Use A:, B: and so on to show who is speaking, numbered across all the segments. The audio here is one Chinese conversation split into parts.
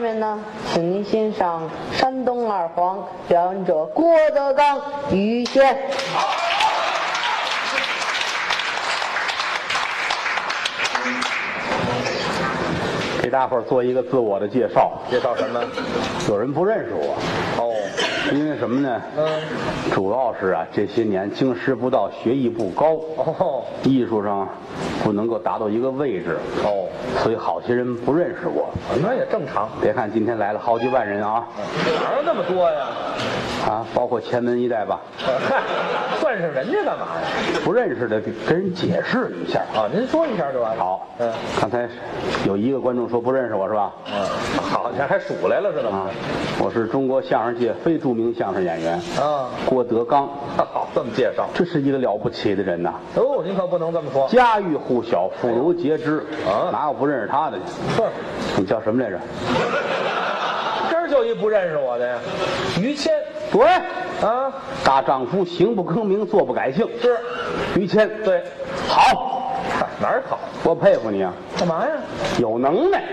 A: 面呢，请您欣赏山东二黄，表演者郭德纲、于谦。
B: 给大伙儿做一个自我的介绍。
C: 介绍什么？
B: 有人不认识我，
C: 哦，
B: 因为什么呢？
C: 嗯，
B: 主要是啊，这些年经师不到，学艺不高，
C: 哦，
B: 艺术上不能够达到一个位置，
C: 哦，
B: 所以好些人不认识我。
C: 啊那也正常，
B: 别看今天来了好几万人啊，
C: 哪有那么多呀？
B: 啊，包括前门一带吧，
C: 嗨，算上人家干嘛呀？
B: 不认识的跟人解释一下。
C: 啊，您说一下就完了。
B: 好
C: 嗯，
B: 刚才有一个观众说不认识我是吧？
C: 嗯，好，你还数来了是
B: 啊
C: 吗？，
B: 我是中国相声界非著名相声演员
C: 啊，
B: 郭德纲，
C: 好，这么介绍。
B: 这是一个了不起的人呐、
C: 哦，您可不能这么说。
B: 家喻户晓，妇孺皆知
C: 啊
B: 哪有不认识他的去？
C: 哼，
B: 你叫什么来着？
C: 今儿就一不认识我的呀，于谦
B: 对，
C: 啊，
B: 大丈夫行不更名，坐不改姓。
C: 是，
B: 于谦，
C: 对，
B: 好，
C: 嗨哪儿好？
B: 我佩服你啊，
C: 干嘛呀？
B: 有能耐，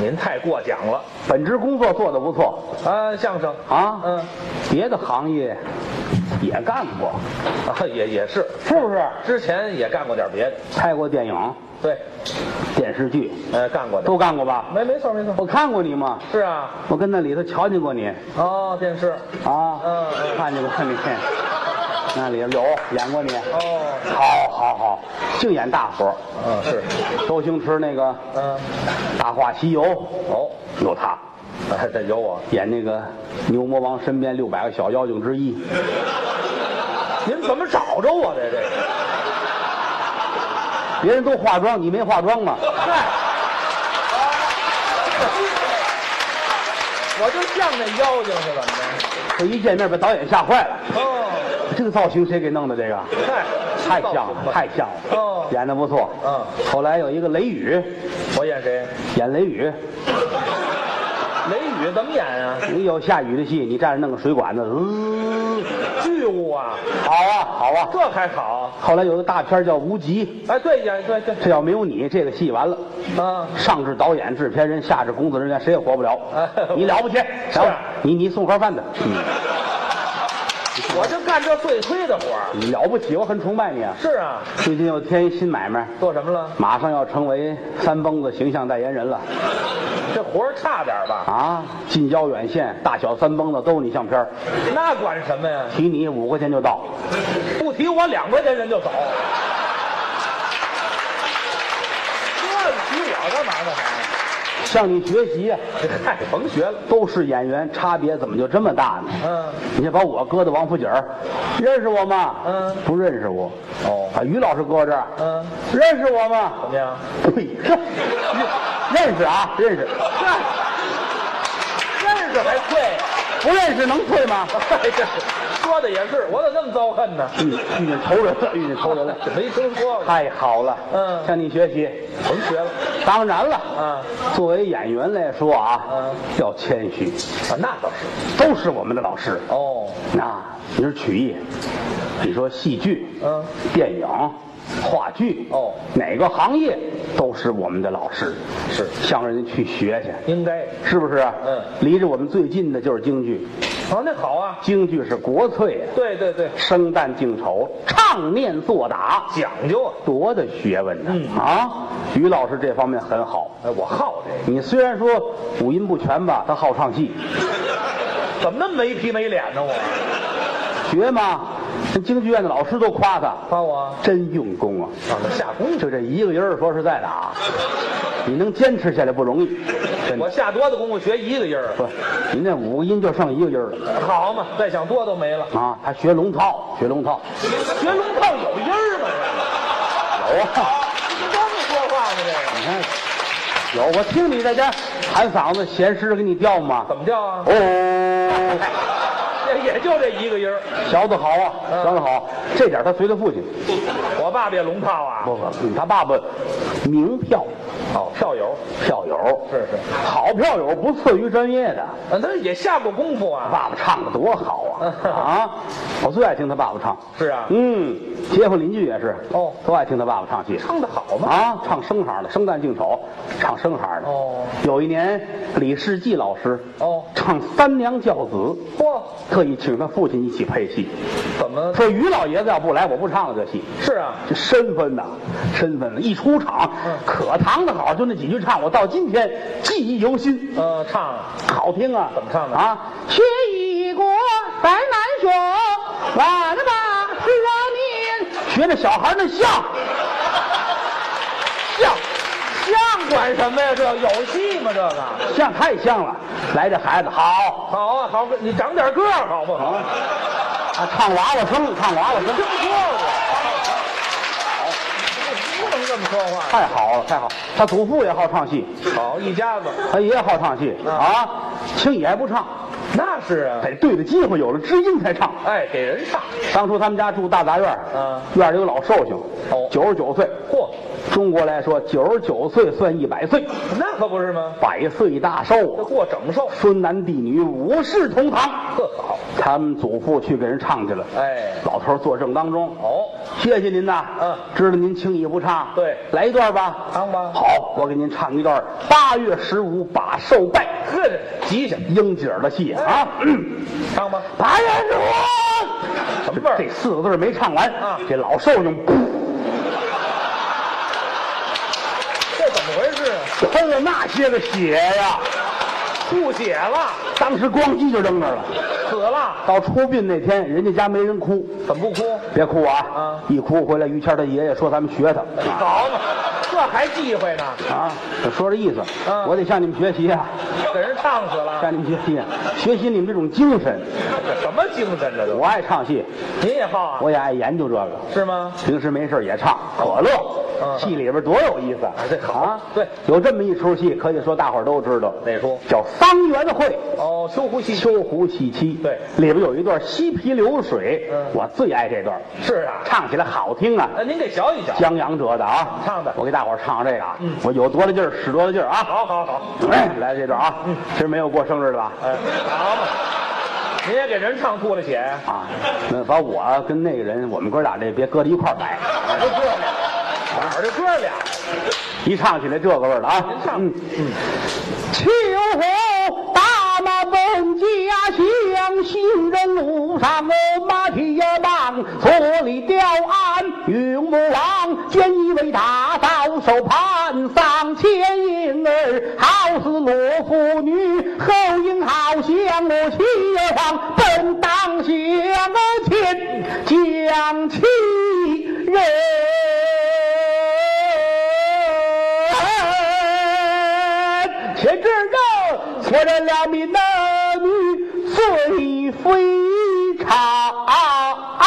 C: 您太过奖了
B: 本职工作做得不错
C: 啊，相声
B: 啊。
C: 嗯，
B: 别的行业也干过，
C: 啊，也也是，
B: 是不是？
C: 之前也干过点别的，
B: 拍过电影、
C: 对，
B: 电视剧，
C: 呃，干过点
B: 都干过吧？
C: 没没错没错，
B: 我看过你嘛，
C: 是啊，
B: 我跟那里头瞧见过你
C: 哦，电视，
B: 啊，
C: 嗯嗯
B: 看见过你，那里有演过你。
C: 哦，
B: 好，好，好，净演大活儿。
C: 嗯是，
B: 周星驰那个
C: 嗯，
B: 《大话西游》
C: 哦，
B: 有他
C: 哎，这有我，
B: 演那个牛魔王身边六百个小妖精之 一，
C: 您怎么找着我的这个？
B: 别人都化妆，你没化妆吗？
C: 嗨，我就像那妖精是怎么着？
B: 这一见面把导演吓坏了，
C: 哦，
B: 这个造型谁给弄的？这个
C: 嗨，
B: 太像了，太像了，
C: 哦
B: 演的不错。
C: 嗯
B: 后来有一个雷雨，
C: 我演谁？
B: 演雷雨，
C: 雷雨怎么演啊？
B: 你有下雨的戏，你站着弄个水管子，嗯，
C: 巨物啊，
B: 好啊，好啊。
C: 这还好。
B: 后来有一个大片叫《无极》，
C: 哎，对，演对对，
B: 这要没有你，这个戏完了。
C: 啊，
B: 上至导演、制片人，下至工作人员，谁也活不 了
C: 哎。
B: 你了不起，
C: 是啊
B: 来吧你你送盒饭的，嗯
C: 我就干这最亏的活儿。
B: 你了不起，我很崇拜你啊。
C: 是啊，
B: 最近又添一新买卖，
C: 做什么了？
B: 马上要成为三蹦子形象代言人了
C: 这活儿差点儿吧？
B: 啊！近郊远县，大小三蹦子都有你相片儿，
C: 那管什么呀？
B: 提你五块钱就到。
C: 不提我两块钱人就走。这提我干嘛干嘛？
B: 向你学习呀，
C: 嗨，甭学了。
B: 都是演员，差别怎么就这么大呢？
C: 嗯，
B: 你先把我搁到王府井儿，认识我吗？
C: 嗯
B: 不认识我。
C: 哦
B: 把于老师搁这儿，
C: 嗯，
B: 认识我吗？
C: 怎么样？
B: 对，认识啊，认识，
C: 认识还退？
B: 不认识能退吗？
C: 哎这说的也是，我怎么那么遭恨呢？
B: 遇遇见仇人了，遇见仇人了，
C: 没听说过，
B: 太好了，
C: 嗯
B: 向你学习。
C: 甭学了。
B: 当然了，
C: 啊，
B: 作为演员来说啊
C: 嗯，
B: 要谦虚，
C: 啊那倒是。
B: 都是我们的老师。
C: 哦，
B: 啊，你说曲艺，你说戏剧，
C: 嗯，
B: 电影。话剧
C: 哦
B: 哪个行业都是我们的老师，
C: 是
B: 向人家去学去，
C: 应该。
B: 是不是啊？
C: 嗯
B: 离着我们最近的就是京剧，
C: 哦，那好啊。
B: 京剧是国粹啊，
C: 对对对，
B: 生旦净丑，唱念做打，
C: 讲究啊。
B: 多大学问呢、
C: 嗯
B: 啊！于老师这方面很好。
C: 哎，我好这
B: 你虽然说五音不全吧，他好唱戏，
C: 个，怎么那么没皮没脸呢？我
B: 学嘛，这京剧院的老师都夸他，
C: 夸我啊，
B: 真用功啊！
C: 那下功夫。
B: 就这一个人儿，说实在的啊，你能坚持下来不容易，真
C: 我
B: 的。
C: 下多大功夫学一个音儿啊？
B: 不，您那五个音就剩一个音儿了
C: 好嘛，再想多都没了。
B: 啊！他学龙套，学龙套，
C: 学龙套有音儿吗？
B: 有啊。
C: 这这么说话呢？这个
B: 你看，有我听你在家喊嗓子闲诗给你调吗？
C: 怎么叫啊？
B: 哦，
C: 也也就这一个音儿。
B: 小子好啊，
C: 嗯
B: 小子好，这点他随他父亲。
C: 我爸爸也龙套啊，
B: 不不，嗯他爸爸名票
C: 哦，票友，
B: 票友
C: 是是
B: 好票友不次于专业的。
C: 啊，那也下过功夫啊，
B: 爸爸唱的多好啊
C: 嗯
B: 啊！我最爱听他爸爸唱。
C: 是啊
B: 嗯，街坊邻居也是
C: 哦
B: 都爱听他爸爸唱戏。
C: 唱的好吗？
B: 啊，唱生行的，生旦净丑，唱生行的。
C: 哦，
B: 有一年李世济老师
C: 哦
B: 唱《三娘教子》，
C: 嚯，
B: 特意请他父亲一起配戏，
C: 怎么
B: 说于老爷子要不来，我不唱了这戏。
C: 是啊？
B: 这身份呐，身份一出场
C: 嗯
B: 可堂的好，就那几句唱，我到今天记忆犹新，
C: 呃，唱啊
B: 好听啊！
C: 怎么唱的
B: 啊？学一国白满雪，完了吧，是啊你学着小孩那像，像像管
C: 管什么呀？这有戏吗？这个
B: 像太像了，来这孩子好
C: 好啊，好，你长点个儿好不
B: 啊
C: 好？
B: 啊！唱娃娃声，唱娃娃声
C: 这，么说我，不能这么说话。
B: 太好了，太好！他祖父也好唱戏，
C: 好，一家子，
B: 他爷爷好唱戏
C: 啊
B: 啊，轻也不唱。
C: 那是啊，
B: 得对着机会，有了知音才唱。
C: 哎，给人唱，
B: 当初他们家住大杂院儿，
C: 嗯
B: 院里有老寿星，
C: 哦
B: 九十九岁。
C: 嚯，
B: 中国来说，九十九岁算一百岁，
C: 那可不是吗？
B: 百岁大寿
C: 这
B: 啊！
C: 过整寿，
B: 孙男弟女五世同堂。
C: 特好。
B: 他们祖父去给人唱去了，
C: 哎，
B: 老头儿坐正当中，
C: 哦，
B: 谢谢您呐，
C: 嗯
B: 知道您轻易不唱，
C: 对
B: 来一段吧，
C: 唱吧
B: 好，我给您唱一段《八月十五把寿拜
C: 呵，吉祥，》
B: 英姐儿的戏
C: 哎
B: 啊。
C: 唱吧。
B: 八月十五，
C: 什么味儿
B: 这四个字儿没唱完
C: 啊
B: 这老寿星噗
C: 这怎么回事啊？
B: 喷了那些个血呀，
C: 吐血了，
B: 当时咣叽就扔那儿了。
C: 渴了，
B: 到出殡那天，人家家没人哭，
C: 怎么不哭？
B: 别哭啊！
C: 啊
B: 一哭回来，于谦他爷爷说咱们学他
C: 好嘛，这还忌讳呢，
B: 啊，就说这意思，
C: 嗯
B: 我得向你们学习啊，
C: 给人烫死了。
B: 向你们学习啊，学习你们这种精神。
C: 这什么精神这都？
B: 我爱唱戏，
C: 您也好啊？
B: 我也爱研究这个，
C: 是吗？
B: 平时没事儿也唱，可乐，
C: 嗯
B: 戏里边多有意思啊！
C: 这好
B: 啊，
C: 对，
B: 有这么一出戏，可以说大伙儿都知道，
C: 哪出？
B: 叫桑园会。
C: 哦，秋胡戏
B: 秋胡戏妻，
C: 对
B: 里边有一段嬉皮流水，
C: 嗯
B: 我最爱这段，
C: 是啊。
B: 唱起来好听啊，
C: 哎那您给瞧一瞧。
B: 江洋折的啊，
C: 唱的嗯
B: 我给大伙儿唱唱这个啊，我有多大劲儿使多大劲儿啊，
C: 好嗯好好，
B: 哎来这段啊，今儿没有过生日的吧？
C: 哎，好嘛，您也给人唱吐了血，
B: 啊，那把我跟那个人，我们哥俩这别搁在一块儿摆，
C: 哪儿就这俩，哪儿就这俩，
B: 一唱起来这个味儿了啊
C: 您，唱
B: 嗯秋后大马奔家乡，行人路上我马蹄也忙，所里吊鞍云母王，见一位大刀手盘上牵引儿，好似罗妇女，后影好像我骑上奔当乡亲将其人。谁知道错认了民男女最非常
C: 好啊，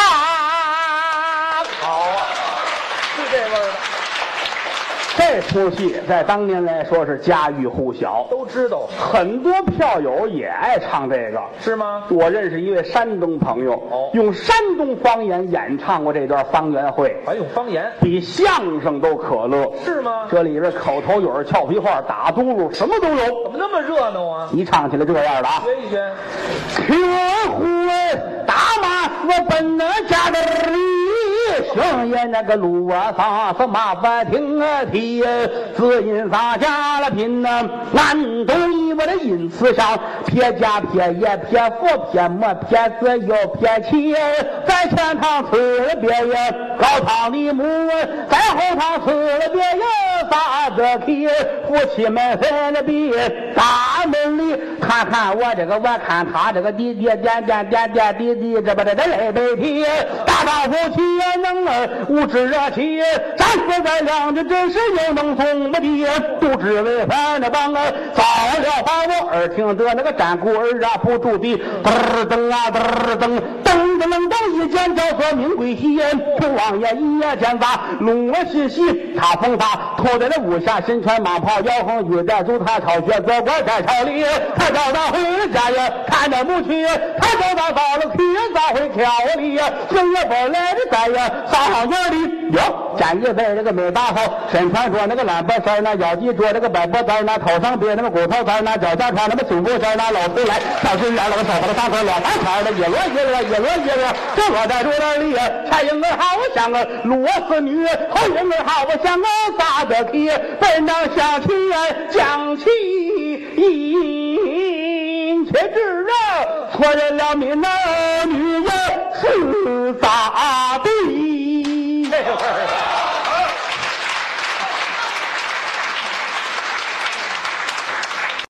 C: 是这味儿
B: 这
C: 的，
B: 出戏在当年来说是家喻户晓，
C: 都知道
B: 很多票友也爱唱这个。
C: 是吗？
B: 我认识一位山东朋友，
C: 哦
B: 用山东方言演唱过这段方言会，
C: 还用方言
B: 比相声都可乐。
C: 是吗？
B: 这里边口头语儿、俏皮话、打嘟噜，什么都有。
C: 怎么那么热闹啊？
B: 一唱起来这样的啊，
C: 学一学，
B: 铁虎打马，我奔那家的里，上爷那个路啊上是马不停啊蹄，只因上家了贫呐，俺东里我的因此上，撇家撇业撇父撇母撇子又撇妻，在前堂吃了别人，高堂里母，在后堂吃了别人，啥子皮，夫妻们分了比，大门里看看我这个，我看他这个，弟弟点点点点弟弟，这不这这累背皮，大丈夫气能儿无知热气，咱哥咱两就真是有能从不的，不知为饭的帮啊，早了把我耳听得那个战鼓儿啊不住的，噔噔啊噔噔。噔噔噔噔一见着说名贵西人，不望眼一夜见他龙我是戏，他风发，脱在那五下身穿马袍，摇横雨带足踏草靴，左拐在朝里，看到那回人家呀，看着母亲，看到那早了去早回挑里呀，孙月宝来的在呀，上上院里有。展叶在那个美大头，沈川说那个懒白衫儿那咬鸡桌那个白脖衫儿那头上别那个骨头衫儿那脚下穿那个紧布衫儿那老头来小心眼儿老手头大头老白条的也罗也罗也罗也罗，这我在桌那里呀，蔡英儿好像个罗丝女，后英儿好像个萨德皮，本当小气呀讲气义，且知道错认了民儿女呀是咋？